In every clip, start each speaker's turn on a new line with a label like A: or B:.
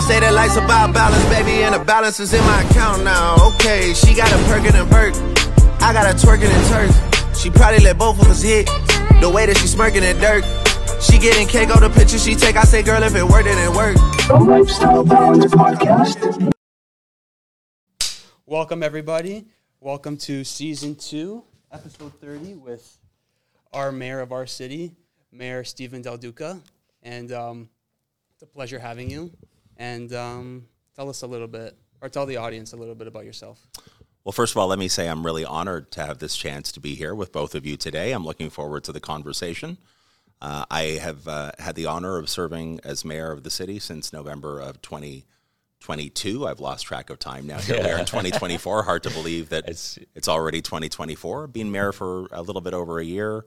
A: say that life's about balance, baby, and the balance is in my account now. Okay, she got a perkin' and perk. I got a twerkin' and turf. She probably let both of us hit. The way that she smirking at dirt. She getting cake on the picture she take. I say, girl, if it worked, then it worked.
B: Lifestyle Balance Podcast.
C: Welcome, everybody. Welcome to season two, episode 30, with our mayor of our city, Mayor Stephen Del Duca. And um, it's a pleasure having you. And um, tell us a little bit, or tell the audience a little bit about yourself.
D: Well, first of all, let me say I'm really honored to have this chance to be here with both of you today. I'm looking forward to the conversation. Uh, I have uh, had the honor of serving as mayor of the city since November of 2022. I've lost track of time now. Here we are in 2024. Hard to believe that it's, already 2024. Being mayor for a little bit over a year.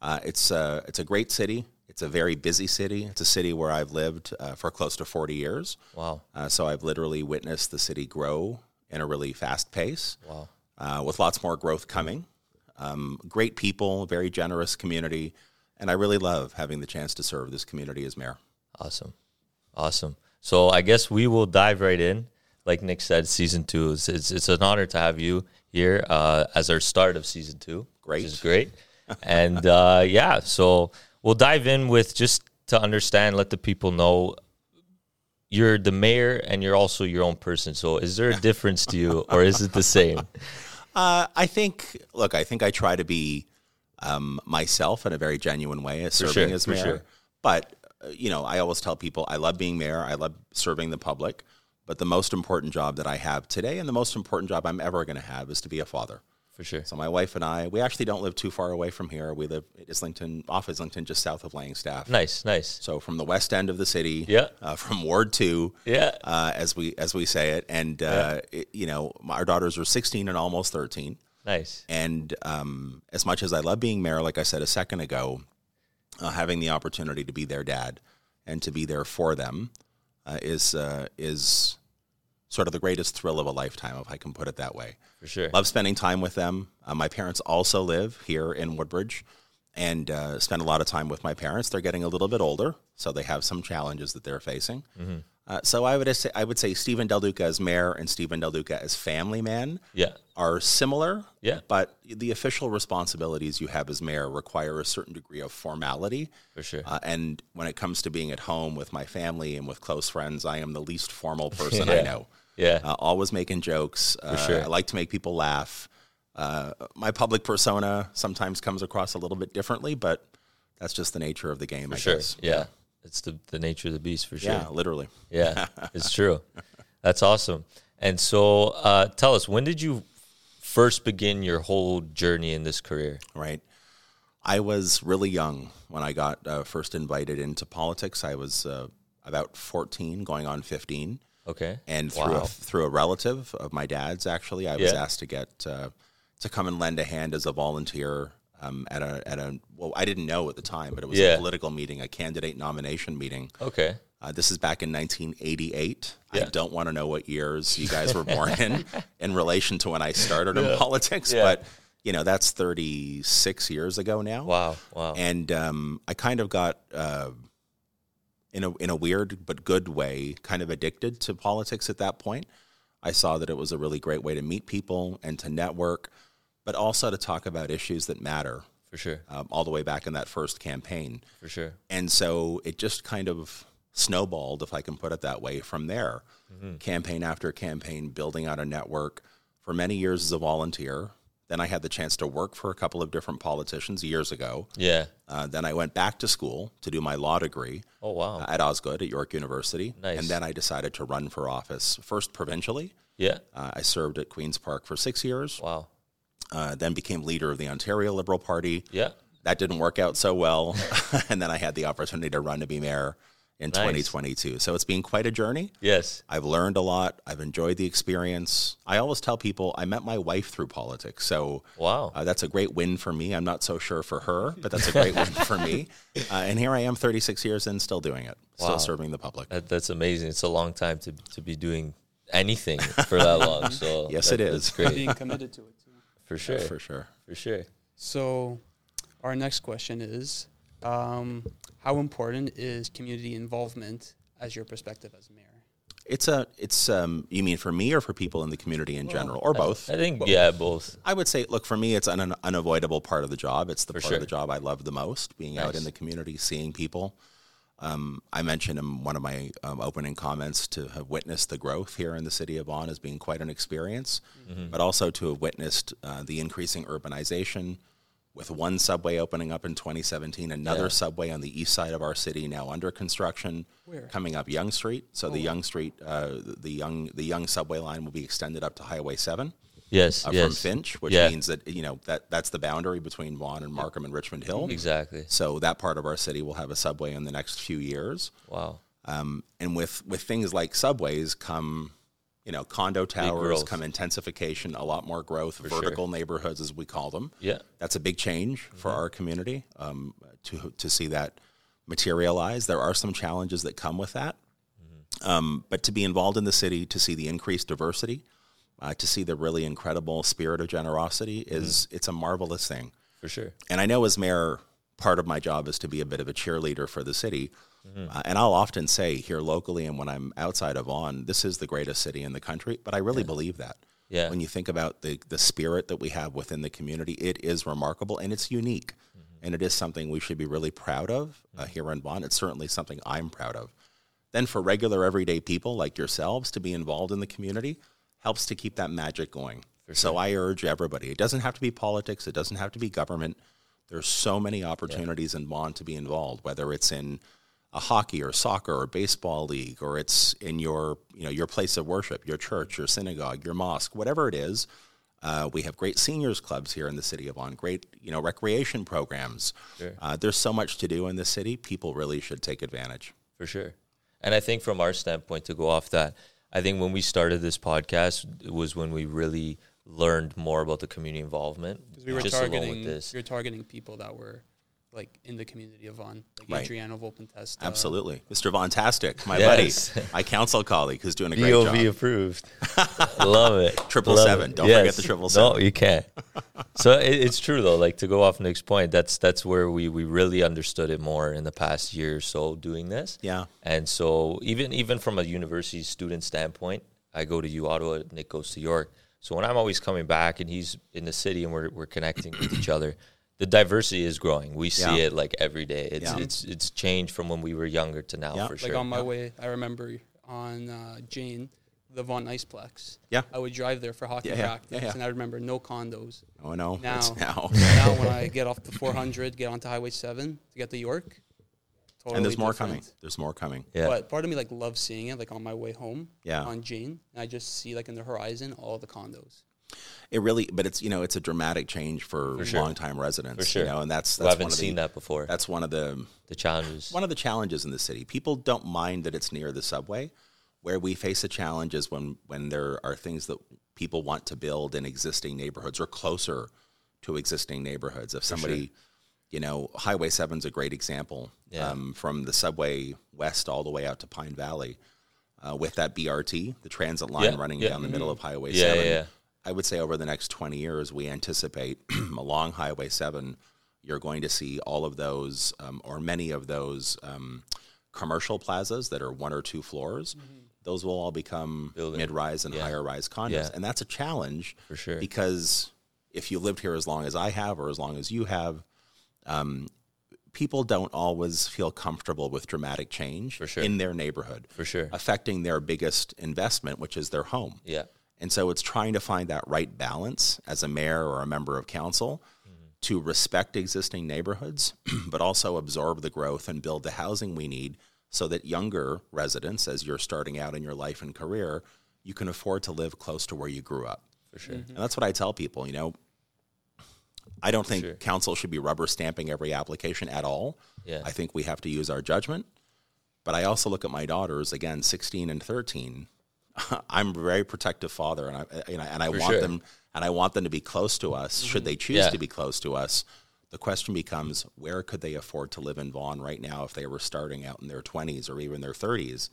D: Uh, it's, uh, it's a great city. It's a very busy city. It's a city where I've lived uh, for close to 40 years.
E: Wow.
D: Uh, so I've literally witnessed the city grow in a really fast pace
E: Wow.
D: uh, with lots more growth coming. Um, great people, very generous community. And I really love having the chance to serve this community as mayor.
E: Awesome. Awesome. So I guess we will dive right in. Like Nick said, season two. It's, it's, it's an honor to have you here uh, as our start of season two.
D: Great.
E: Which is great. and uh, yeah, so we'll dive in with just to understand, let the people know you're the mayor and you're also your own person. So is there a difference to you or is it the same?
D: Uh, I think, look, I think I try to be um, myself in a very genuine way as serving
E: sure,
D: as
E: for
D: mayor.
E: sure.
D: But, uh, you know, I always tell people I love being mayor, I love serving the public. But the most important job that I have today and the most important job I'm ever going to have is to be a father.
E: For sure.
D: So my wife and I, we actually don't live too far away from here. We live at Islington, off Islington, just south of Langstaff.
E: Nice, nice.
D: So from the west end of the city,
E: Yeah.
D: uh, from Ward Two,
E: Yeah.
D: uh, as we as we say it, and uh, it- you know, our daughters are 16 and almost 13.
E: Nice.
D: And um, as much as I love being mayor, like I said a second ago, uh, having the opportunity to be their dad and to be there for them uh, is uh, is sort of the greatest thrill of a lifetime, if I can put it that way.
E: For sure.
D: Love spending time with them. Uh, my parents also live here in Woodbridge and uh, spend a lot of time with my parents. They're getting a little bit older, so they have some challenges that they're facing. Uh, so I would say, I would say Stephen Del Duca as mayor and Stephen Del Duca as family man
E: Yeah.
D: are similar.
E: Yeah.
D: But the official responsibilities you have as mayor require a certain degree of formality.
E: For sure.
D: Uh, and when it comes to being at home with my family and with close friends, I am the least formal person I
E: Yeah.
D: know.
E: Yeah.
D: Uh, always making jokes. Uh,
E: sure.
D: I like to make people laugh. Uh, my public persona sometimes comes across a little bit differently, but that's just the nature of the game, I
E: sure.
D: guess.
E: Yeah. It's the, the nature of the beast for sure.
D: Yeah, literally.
E: Yeah, it's true. That's awesome. And so, uh, tell us, when did you first begin your whole journey in this career?
D: right? I was really young when I got uh, first invited into politics. I was uh, about 14, going on 15.
E: Okay.
D: And through, a, through a relative of my dad's, actually, I was
E: Yeah.
D: asked to get uh, to come and lend a hand as a volunteer um, at, a, at a, well, I didn't know at the time, but it was a
E: Yeah.
D: political meeting, a candidate nomination meeting.
E: okay.
D: Uh, this is back in 1988. I
E: Yeah.
D: don't want to know what years you guys were born in in relation to when I started in politics,
E: Yeah.
D: but you know that's 36 years ago now.
E: Wow. Wow.
D: And um, I kind of got uh, in a in a weird but good way, kind of addicted to politics at that point. I saw that it was a really great way to meet people and to network, but also to talk about issues that matter.
E: for sure.
D: Um, all the way back in that first campaign.
E: For sure.
D: And so it just kind of snowballed, if I can put it that way, from there.
E: Mm-hmm.
D: Campaign after campaign, building out a network for many years as a volunteer. Then I had the chance to work for a couple of different politicians years ago.
E: Yeah.
D: Uh, then I went back to school to do my law degree
E: Oh wow.
D: uh, at Osgood at York University.
E: Nice.
D: And then I decided to run for office, first provincially.
E: yeah.
D: Uh, I served at Queen's Park for six years,
E: Wow.
D: uh, then became leader of the Ontario Liberal Party
E: Yeah.
D: that didn't work out so well. and then I had the opportunity to run to be mayor in
E: Nice.
D: 2022. So it's been quite a journey.
E: Yes.
D: I've learned a lot. I've enjoyed the experience. I always tell people I met my wife through politics. So
E: Wow.
D: uh, that's a great win for me. I'm not so sure for her, but that's a great win for me. Uh, and here I am 36 years in, still doing it, still serving the public.
E: That, that's amazing. It's a long time to to be doing anything for that long. So
D: Yes,
E: that-
D: it
E: That's
D: is.
E: great.
C: Being committed to it, too.
E: For sure.
D: For sure.
E: for sure.
C: So, our next question is um, How important is community involvement as your perspective as mayor?
D: It's a it's um you mean for me or for people in the community in general or both?
E: I think yeah, both.
D: I would say, look, for me, it's an un- unavoidable part of the job. It's the part
E: sure.
D: of the job I love the most, being out in the community, seeing people. Um, I mentioned in one of my um, opening comments to have witnessed the growth here in the city of Vaughan as being quite an experience, but also to have witnessed uh, the increasing urbanization with one subway opening up in 2017, another subway on the east side of our city now under construction, coming up Young Street. So the Young Street, uh, the Young the Young subway line will be extended up to Highway 7
E: Yes,
D: uh,
E: yes.
D: from Finch, which
E: Yeah.
D: means that you know that that's the boundary between Vaughan and Markham and Richmond Hill.
E: Exactly.
D: So that part of our city will have a subway in the next few years.
E: Wow.
D: Um, and with with things like subways come, you know, condo towers
E: growth.
D: come intensification, a lot more growth, vertical neighborhoods as we call them.
E: Yeah.
D: that's a big change for our community um, to to see that materialize. There are some challenges that come with that, um, but to be involved in the city, to see the increased diversity, uh, to see the really incredible spirit of generosity is it's a marvelous thing.
E: For sure.
D: And I know as mayor, part of my job is to be a bit of a cheerleader for the city. Uh, and I'll often say here locally and when I'm outside of Vaughan, this is the greatest city in the country. But I really believe that.
E: Yeah.
D: When you think about the, the spirit that we have within the community, it is remarkable and it's unique. And it is something we should be really proud of uh, here in Vaughan. It's certainly something I'm proud of. Then for regular everyday people like yourselves to be involved in the community helps to keep that magic going. So I urge everybody. It doesn't have to be politics. It doesn't have to be government. There's so many opportunities in Vaughan to be involved, whether it's in a hockey or soccer or baseball league, or it's in your you know your place of worship, your church, your synagogue, your mosque, whatever it is. Uh, we have great seniors clubs here in the city of Vaughan. Great you know recreation programs. Uh, there's so much to do in the city. People really should take advantage.
E: for sure. And I think from our standpoint, to go off that, I think when we started this podcast was when we really learned more about the community involvement.
C: Because we were
E: just along
C: targeting,
E: with this.
C: we were targeting people that were like in the community of uh, Vaughan, like
D: Right.
C: Adriano Volpentesta.
D: Absolutely, Mr. Von Tastic, my
E: Uh, Yes.
D: buddy, my council colleague, who's doing a great job.
E: DOV approved. Love it.
D: Triple
E: Love
D: seven.
E: it.
D: Don't forget the triple seven.
E: No, you can't. so it, it's true though. Like to go off Nick's point, that's that's where we we really understood it more in the past year or so doing this.
D: Yeah.
E: And so even even from a university student standpoint, I go to U Ottawa, Nick goes to York. So when I'm always coming back and he's in the city and we're we're connecting with each other, the diversity is growing. We see
D: Yeah.
E: it like every day. It's
D: Yeah.
E: it's it's changed from when we were younger to now
D: Yeah.
E: for
D: Like
E: sure.
C: Like on my way, I remember on uh, Jane, the Von Iceplex.
D: Yeah.
C: I would drive there for hockey
D: Yeah, yeah,
C: practice,
D: yeah, yeah.
C: and I remember no condos.
D: Oh no,
C: Now,
D: it's now.
C: now when I get off the 400, get onto Highway 7 to get to York, totally
D: and there's more
C: different.
D: coming. There's more coming.
E: yeah.
C: But part of me like loves seeing it, like on my way home,
D: Yeah.
C: on Jane, and I just see like in the horizon all the condos.
D: It really, but it's you know, it's a dramatic change for,
E: sure.
D: longtime residents.
E: For sure.
D: You know, and that's
E: Who
D: that's
E: haven't
D: one of
E: seen
D: the,
E: that before.
D: That's one of the
E: the challenges.
D: one of the challenges in the city. People don't mind that it's near the subway. Where we face a challenge is when when there are things that people want to build in existing neighborhoods or closer to existing neighborhoods. If somebody, you know, Highway Seven's a great example.
E: Yeah.
D: Um, from the subway west all the way out to Pine Valley, uh, with that BRT, the transit line
E: Yeah,
D: running
E: yeah. mm-hmm.
D: down the middle of Highway
E: Yeah,
D: Seven.
E: yeah, yeah.
D: I would say over the next 20 years, we anticipate along Highway 7, you're going to see all of those um, or many of those um, commercial plazas that are one or two floors. Those will all become mid rise and higher rise condos.
E: Mm-hmm. Yeah.
D: And that's a challenge for
E: sure.
D: Because if you lived here as long as I have or as long as you have, um, people don't always feel comfortable with dramatic change
E: sure.
D: in their neighborhood,
E: For sure.
D: affecting their biggest investment, which is their home.
E: yeah.
D: And so it's trying to find that right balance as a mayor or a member of council to respect existing neighborhoods, but also absorb the growth and build the housing we need so that younger residents, as you're starting out in your life and career, you can afford to live close to where you grew up. For sure. And that's what I tell people, you know. I don't think council should be rubber stamping every application at all.
E: Yeah.
D: I think we have to use our judgment. But I also look at my daughters again, sixteen and thirteen. I'm a very protective father, and I and I, and I want
E: sure. Mm-hmm.
D: them and I want them to be close to us. Should they choose
E: Yeah.
D: to be close to us, the question becomes: Where could they afford to live in Vaughan right now if they were starting out in their twenties or even their thirties?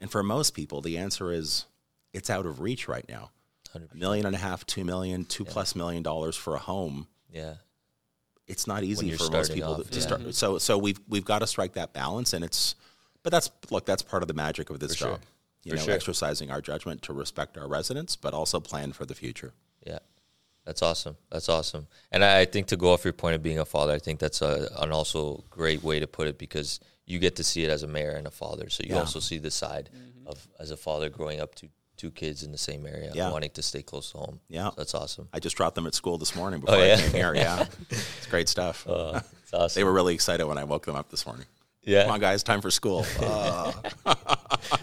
D: And for most people, the answer is it's out of reach right now. A million and a half, two million, two plus million dollars for a home
E: Yeah.
D: it's not easy
E: you're
D: for most
E: starting
D: people
E: off,
D: to, to
E: yeah.
D: start. So so we've we've got to strike that balance, and it's but that's look that's part of the magic of this job. you
E: For
D: know,
E: sure.
D: exercising our judgment to respect our residents, but also plan for the future.
E: Yeah. That's awesome. That's awesome. And I I think to go off your point of being a father, I think that's a, an also great way to put it because you get to see it as a mayor and a father. So you
D: Yeah. Mm-hmm.
E: also see the side of as a father growing up to two kids in the same area,
D: Yeah.
E: wanting to stay close to home.
D: Yeah.
E: So that's awesome.
D: I just dropped them at school this morning before
E: Oh, yeah? Uh,
D: I came here. Yeah, it's great stuff.
E: It's awesome.
D: they were really excited when I woke them up this morning.
E: yeah.
D: Come on, guys, time for school. Uh,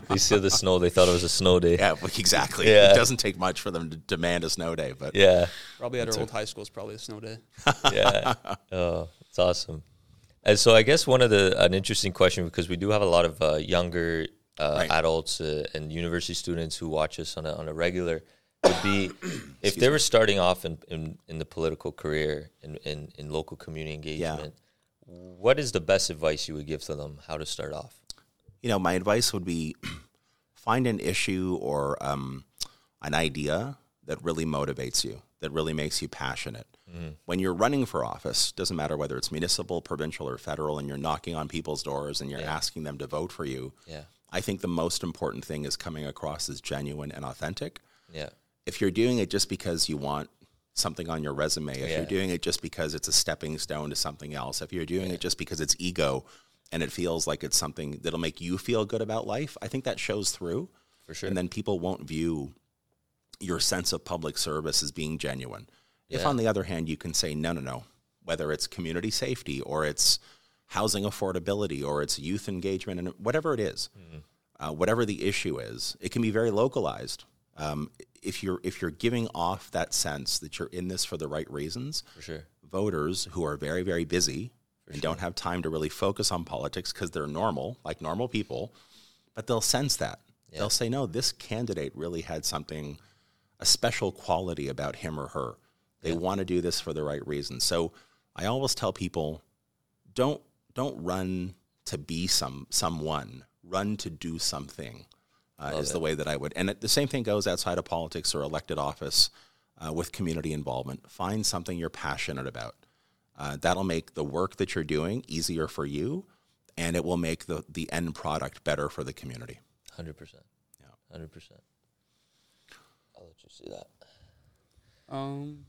E: They see the snow. They thought it was a snow day.
D: yeah, exactly.
E: Yeah.
D: It doesn't take much for them to demand a snow day, but
E: Yeah.
C: Probably at our old high school is probably a snow day.
E: yeah. Oh, it's awesome. And so I guess one of the an interesting question because we do have a lot of uh, younger uh,
D: Right.
E: adults uh, and university students who watch us on a, on a regular would be if they were starting off in, in, in the political career in, in, in local community engagement. What is the best advice you would give to them how to start off?
D: you know, my advice would be find an issue or um, an idea that really motivates you, that really makes you passionate. When you're running for office, doesn't matter whether it's municipal, provincial, or federal, and you're knocking on people's doors and you're asking them to vote for you.
E: Yeah.
D: I think the most important thing is coming across as genuine and authentic.
E: Yeah.
D: If you're doing it just because you want something on your resume, if
E: Yeah.
D: you're doing it just because it's a stepping stone to something else, if you're doing it just because it's ego and it feels like it's something that'll make you feel good about life, I think that shows through.
E: For sure.
D: And then people won't view your sense of public service as being genuine. If,
E: Yeah.
D: on the other hand, you can say, no, no, no, whether it's community safety or it's housing affordability or it's youth engagement and whatever it is,
E: Mm-hmm.
D: uh, whatever the issue is, it can be very localized. Um, if you're if you're giving off that sense that you're in this for the right reasons,
E: For sure.
D: voters who are very, very busy and don't have time to really focus on politics because they're normal, like normal people, but they'll sense that. They'll say, no, this candidate really had something, a special quality about him or her. They want to do this for the right reason. So I always tell people, don't don't run to be some someone. Run to do something uh, is the way that I would. And it, the same thing goes outside of politics or elected office uh, with community involvement. Find something you're passionate about. Uh, that'll make the work that you're doing easier for you, and it will make the the end product better for the community.
E: Hundred percent.
D: Yeah.
E: Yeah. Hundred percent. I'll let you see that.
C: Um,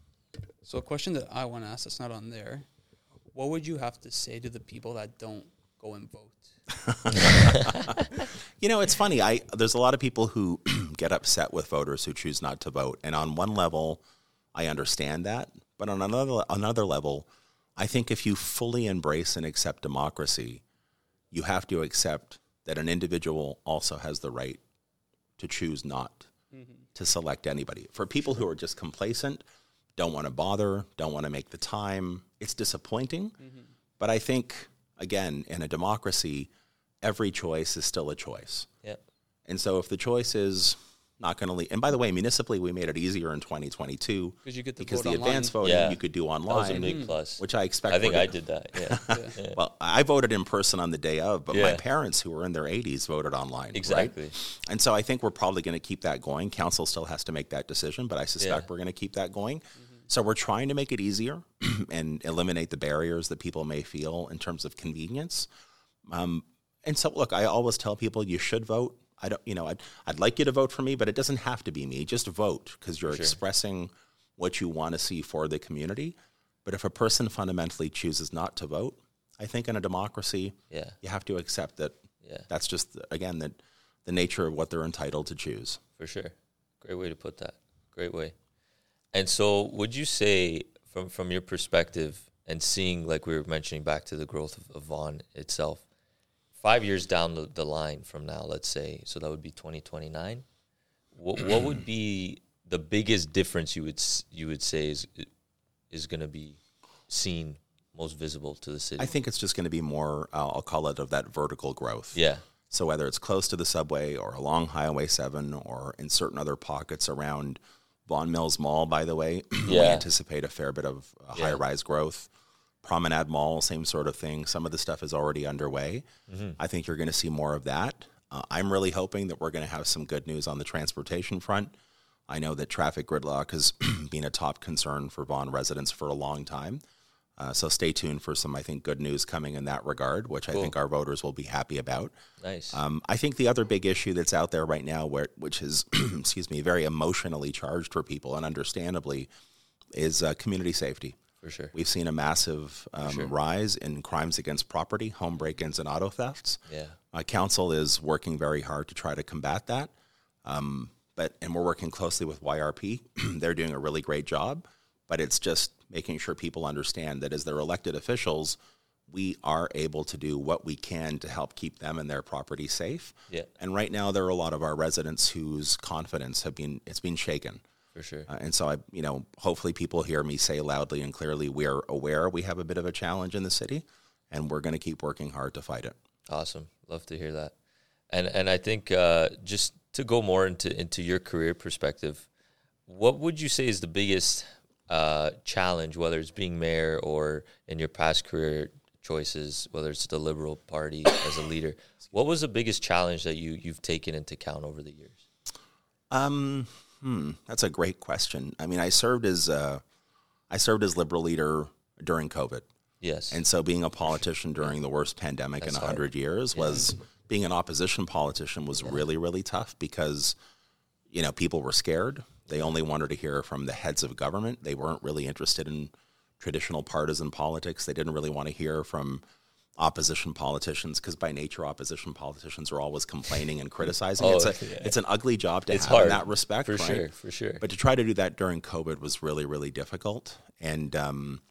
C: so a question that I want to ask that's not on there: What would you have to say to the people that don't go and vote?
D: You know, it's funny. I there's a lot of people who get upset with voters who choose not to vote, and on one level, I understand that, but on another another level, I think if you fully embrace and accept democracy, you have to accept that an individual also has the right to choose not to select anybody. For people who are just complacent, don't want to bother, don't want to make the time, it's disappointing. But I think again, in a democracy, every choice is still a choice.
E: Yeah.
D: And so if the choice is not going to leave, and by the way, municipally, we made it easier in 2022
C: Because you get to
D: because
C: vote
D: the
C: online.
D: advanced voting
E: Yeah.
D: you could do
E: That was a
D: online,
E: big plus.
D: which I expect.
E: I think
D: we're
E: I
D: gonna-
E: did that. Yeah. yeah.
D: Well, I voted in person on the day of, but my
E: Yeah.
D: parents who were in their 80s voted online. right?
E: Exactly.
D: And so I think we're probably going to keep that going. Council still has to make that decision, but I suspect
E: Yeah. Mm-hmm.
D: we're going to keep that going. So we're trying to make it easier and eliminate the barriers that people may feel in terms of convenience. Um, and so, look, I always tell people you should vote. I don't, you know, I'd, I'd like you to vote for me, but it doesn't have to be me. Just vote because you're expressing what you want to see for the community. But if a person fundamentally chooses not to vote, I think in a democracy,
E: Yeah.
D: you have to accept that
E: Yeah.
D: that's just again that the nature of what they're entitled to choose
E: For sure. Great way to put that. Great way. And so would you say from from your perspective and seeing like we were mentioning back to the growth of, of Vaughn itself, five years down the, the line from now, let's say, so that would be twenty twenty nine. What what would be the biggest difference you would s- you would say is is going to be seen most visible to the city?
D: i think it's just going to be more uh, i'll call it of that vertical growth
E: yeah,
D: so whether it's close to the subway or along highway 7 or in certain other pockets around Vaughan Mills Mall, by the way, we
E: Yeah.
D: anticipate a fair bit of uh, high rise growth. Promenade Mall, same sort of thing. Some of the stuff is already underway. I think you're going to see more of that. Uh, I'm really hoping that we're going to have some good news on the transportation front. I know that traffic gridlock has been a top concern for Vaughan residents for a long time. Uh, so stay tuned for some, I think, good news coming in that regard, which I think our voters will be happy about.
E: Nice.
D: Um, I think the other big issue that's out there right now, where which is, excuse me, very emotionally charged for people, and understandably, is uh, community safety.
E: for sure.
D: We've seen a massive um, rise in crimes against property, home break-ins, and auto thefts.
E: Yeah.
D: Uh, council is working very hard to try to combat that. Um, but and we're working closely with YRP. They're doing a really great job, but it's just making sure people understand that as their elected officials, we are able to do what we can to help keep them and their property safe.
E: Yeah.
D: And right now there are a lot of our residents whose confidence have been it's been shaken.
E: For sure.
D: Uh, and so I, you know, hopefully people hear me say loudly and clearly we are aware we have a bit of a challenge in the city and we're going to keep working hard to fight it.
E: Awesome. Love to hear that. And and I think uh, just to go more into into your career perspective, what would you say is the biggest uh, challenge, whether it's being mayor or in your past career choices, whether it's the Liberal Party as a leader? What was the biggest challenge that you you've taken into account over the years?
D: That's a great question. I mean, I served as uh, I served as liberal leader during COVID,
E: Yes.
D: and so being a politician during the worst pandemic in in
E: hard.
D: hundred years was being an opposition politician was really really tough because you know people were scared. They only wanted to hear from the heads of government. They weren't really interested in traditional partisan politics. They didn't really want to hear from opposition politicians because by nature opposition politicians are always complaining and criticizing.
E: Oh,
D: it's a
E: yeah.
D: it's an ugly job to
E: It's
D: have in
E: hard,
D: that respect,
E: for
D: right?
E: sure, for sure.
D: But to try to do that during COVID was really, really difficult. And um,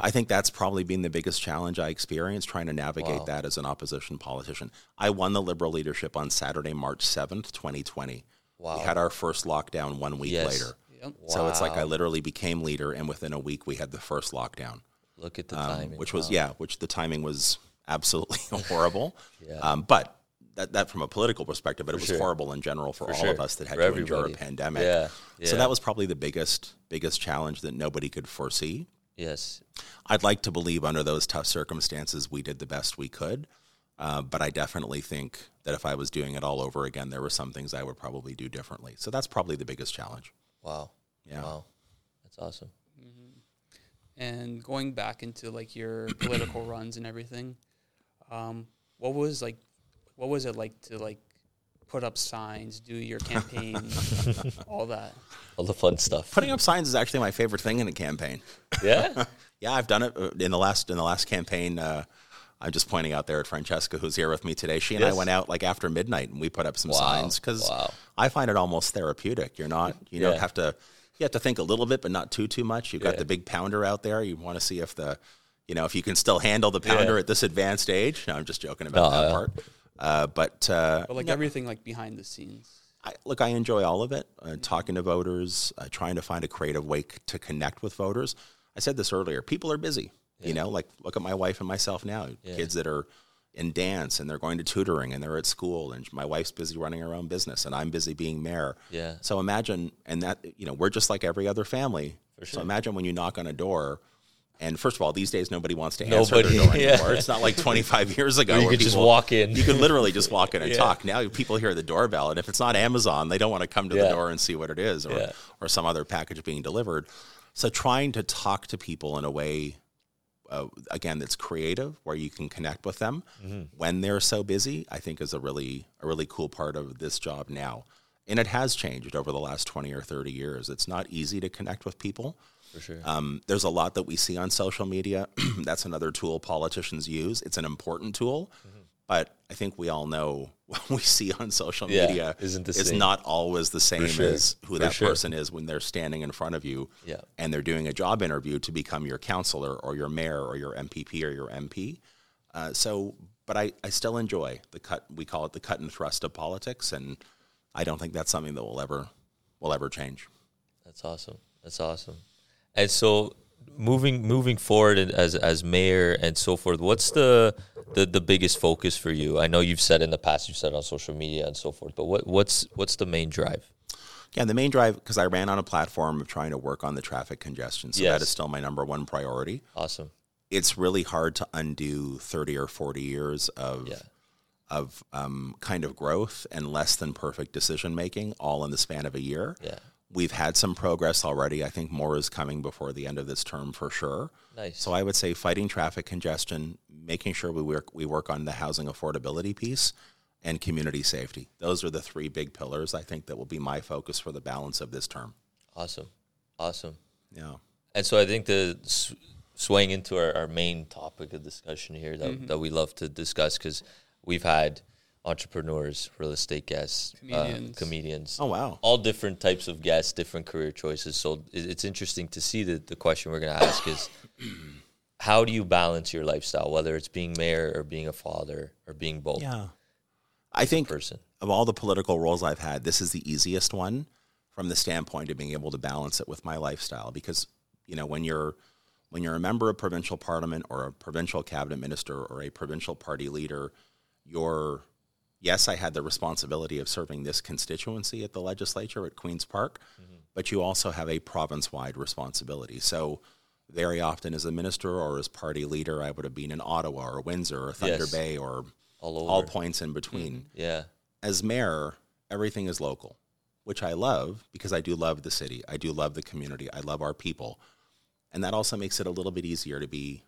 D: I think that's probably been the biggest challenge I experienced trying to navigate
E: Wow.
D: that as an opposition politician. I won the Liberal leadership on Saturday, March 7th, 2020.
E: Wow.
D: We had our first lockdown one week
E: Yes.
D: later.
C: Yep.
D: So it's like I literally became leader, and within a week, we had the first lockdown
E: Look at the
D: um,
E: timing.
D: which was
E: Wow.
D: yeah, which the timing was absolutely horrible. um, but that, that from a political perspective, but it was
E: sure.
D: horrible in general for, all of
E: sure.
D: us that had
E: For
D: to endure a
E: everybody.
D: pandemic.
E: Yeah,
D: So
E: yeah.
D: that was probably the biggest biggest challenge that nobody could foresee.
E: yes.
D: I'd like to believe under those tough circumstances we did the best we could. Uh, but I definitely think that if I was doing it all over again, there were some things I would probably do differently. So that's probably the biggest challenge.
E: Wow.
D: Yeah.
E: Wow. That's awesome.
C: and going back into like your political runs and everything um, what was like what was it like to like put up signs do your campaign all that
E: All the fun stuff.
D: Putting up signs is actually my favorite thing in a campaign.
E: Yeah.
D: Yeah, I've done it uh, in the last in the last campaign. Uh, I'm just pointing out there at Francesca, who's here with me today. She and I
E: Yes.
D: went out like after midnight, and we put up some
E: Wow,
D: signs because
E: wow.
D: I find it almost therapeutic. You're not you don't
E: Yeah.
D: have to you have to think a little bit, but not too too much. You've got
E: Yeah.
D: the big pounder out there. You want to see if the you know if you can still handle the pounder
E: Yeah.
D: at this advanced age. No, I'm just joking about
E: No,
D: that
E: yeah.
D: part. Uh, but uh,
C: but like everything like behind the scenes
D: I, look, I enjoy all of it. Uh, talking to voters, uh, trying to find a creative way c- to connect with voters. I said this earlier. People are busy. You know, like look at my wife and myself now. Kids that are in dance and they're going to tutoring and they're at school. And my wife's busy running her own business and I'm busy being mayor.
E: Yeah.
D: So imagine, and that you know, we're just like every other family. So imagine when you knock on a door. And first of all, these days nobody wants to answer
E: Nobody-
D: their door
E: yeah.
D: anymore. It's not like 25 years ago.
E: you
D: where
E: could just
D: people-
E: walk in.
D: You could literally just walk in and talk. Now people hear the doorbell, and if it's not Amazon, they don't want to come to the
E: Yeah.
D: door and see what it is, or
E: Yeah.
D: or some other package being delivered. So trying to talk to people in a way, uh, again, that's creative, where you can connect with them
E: Mm-hmm.
D: when they're so busy, I think is a really a really cool part of this job now. And it has changed over the last twenty or thirty years. It's not easy to connect with people.
E: For sure.
D: Um, there's a lot that we see on social media. That's another tool politicians use. It's an important tool,
E: Mm-hmm.
D: but I think we all know what we see on social
E: Yeah,
D: media
E: isn't the
D: is
E: same.
D: not always the same
E: sure,
D: as who
E: for
D: that
E: sure.
D: person is when they're standing in front of you
E: Yeah.
D: and they're doing a job interview to become your counselor or your mayor or your MPP or your MP. Uh, so, but I, I still enjoy the cut. We call it the cut and thrust of politics, and I don't think that's something that will ever will ever change.
E: That's awesome. That's awesome. And so moving moving forward and as as mayor and so forth, what's the, the the biggest focus for you? I know you've said in the past, you've said on social media and so forth, but what what's what's the main drive?
D: Yeah, the main drive because I ran on a platform of trying to work on the traffic congestion, so that
E: Yes.
D: is still my number one priority.
E: Awesome.
D: It's really hard to undo thirty or forty years of
E: Yeah.
D: of um, kind of growth and less than perfect decision making all in the span of a year.
E: Yeah.
D: We've had some progress already. I think more is coming before the end of this term for sure.
E: Nice.
D: So I would say fighting traffic congestion, making sure we work we work on the housing affordability piece and community safety. Those are the three big pillars I think that will be my focus for the balance of this term.
E: Awesome. Awesome.
D: Yeah.
E: And so I think the sw- swaying into our, our main topic of discussion here that,
D: Mm-hmm.
E: that we love to discuss because we've had entrepreneurs, real estate guests,
C: Comedians.
E: uh, comedians.
D: Oh wow.
E: All different types of guests, different career choices. So it- it's interesting to see that the question we're going to ask is how do you balance your lifestyle, whether it's being mayor or being a father or being both
D: Yeah. I think
E: person?
D: of all the political roles I've had, this is the easiest one from the standpoint of being able to balance it with my lifestyle because you know when you're when you're a member of provincial parliament or a provincial cabinet minister or a provincial party leader, you're yes, I had the responsibility of serving this constituency at the legislature at Queen's Park, but you also have a province wide responsibility. So very often as a minister or as party leader, I would have been in Ottawa or Windsor or Thunder
E: Yes.
D: Bay or
E: All
D: all
E: over.
D: points in between
E: yeah.
D: as mayor, everything is local, which I love because I do love the city. I do love the community. I love our people. And that also makes it a little bit easier to be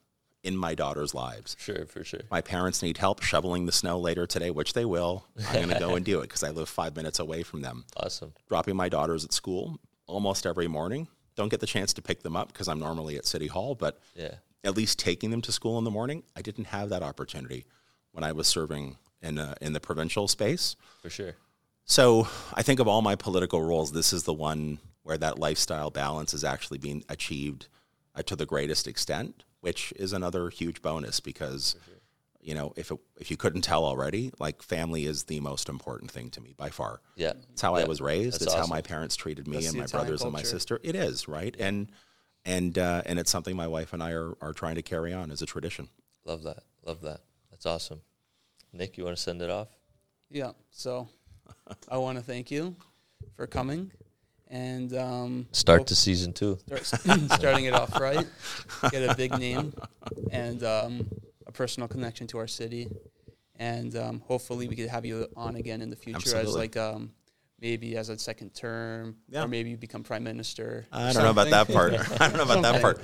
D: in my daughter's lives.
E: Sure, for sure.
D: My parents need help shoveling the snow later today, which they will. I'm going to go and do it because I live five minutes away from them.
E: Awesome.
D: Dropping my daughters at school almost every morning. Don't get the chance to pick them up because I'm normally at City Hall, but
E: Yeah.
D: at least taking them to school in the morning, I didn't have that opportunity when I was serving in, uh, in the provincial space.
E: For sure.
D: So I think of all my political roles, this is the one where that lifestyle balance is actually being achieved uh, to the greatest extent, which is another huge bonus because, you know, if it, if you couldn't tell already, like family is the most important thing to me by far.
E: Yeah.
D: It's how I
E: Yeah.
D: was raised.
E: That's
D: it's how
E: awesome.
D: my parents treated me
C: That's
D: and
C: the
D: my
C: Italian
D: brothers and my
C: culture.
D: sister. It is right, and and uh, and it's something my wife and I are are trying to carry on as a tradition.
E: Love that. Love that. That's awesome. Nick, you want to send it off?
C: Yeah. So I want to thank you for coming and um,
E: Start to season two.
C: start, starting it off right. Get a big name and um, a personal connection to our city, and um, hopefully we could have you on again in the future as
D: Absolutely.
C: like um, maybe as a second term,
D: Yeah.
C: or maybe you become prime minister.
D: I don't know about that part. I don't know about that part.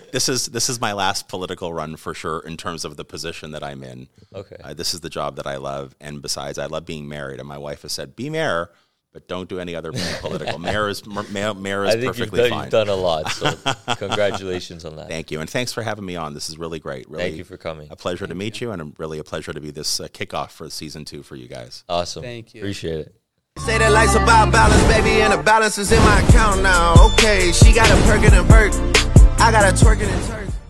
D: this is this is my last political run for sure in terms of the position that I'm in.
E: Okay.
D: Uh, this is the job that I love, and besides, I love being married. And my wife has said, "Be mayor, but don't do any other being political." mayor is mer- mayor, mayor is
E: I think you've
D: perfectly
E: done,
D: fine.
E: you've done a lot. So congratulations on that.
D: Thank you, and thanks for having me on. This is really great. Really,
E: Thank you for coming.
D: a pleasure to meet you, and a- really a pleasure to be this uh, kickoff for season two for you guys.
E: Awesome.
C: Thank you.
E: Appreciate it.
A: Say that life's about balance, baby, and the balance is in my account now. Okay, she got a perkin' and perk. I got a twerkin' and turk.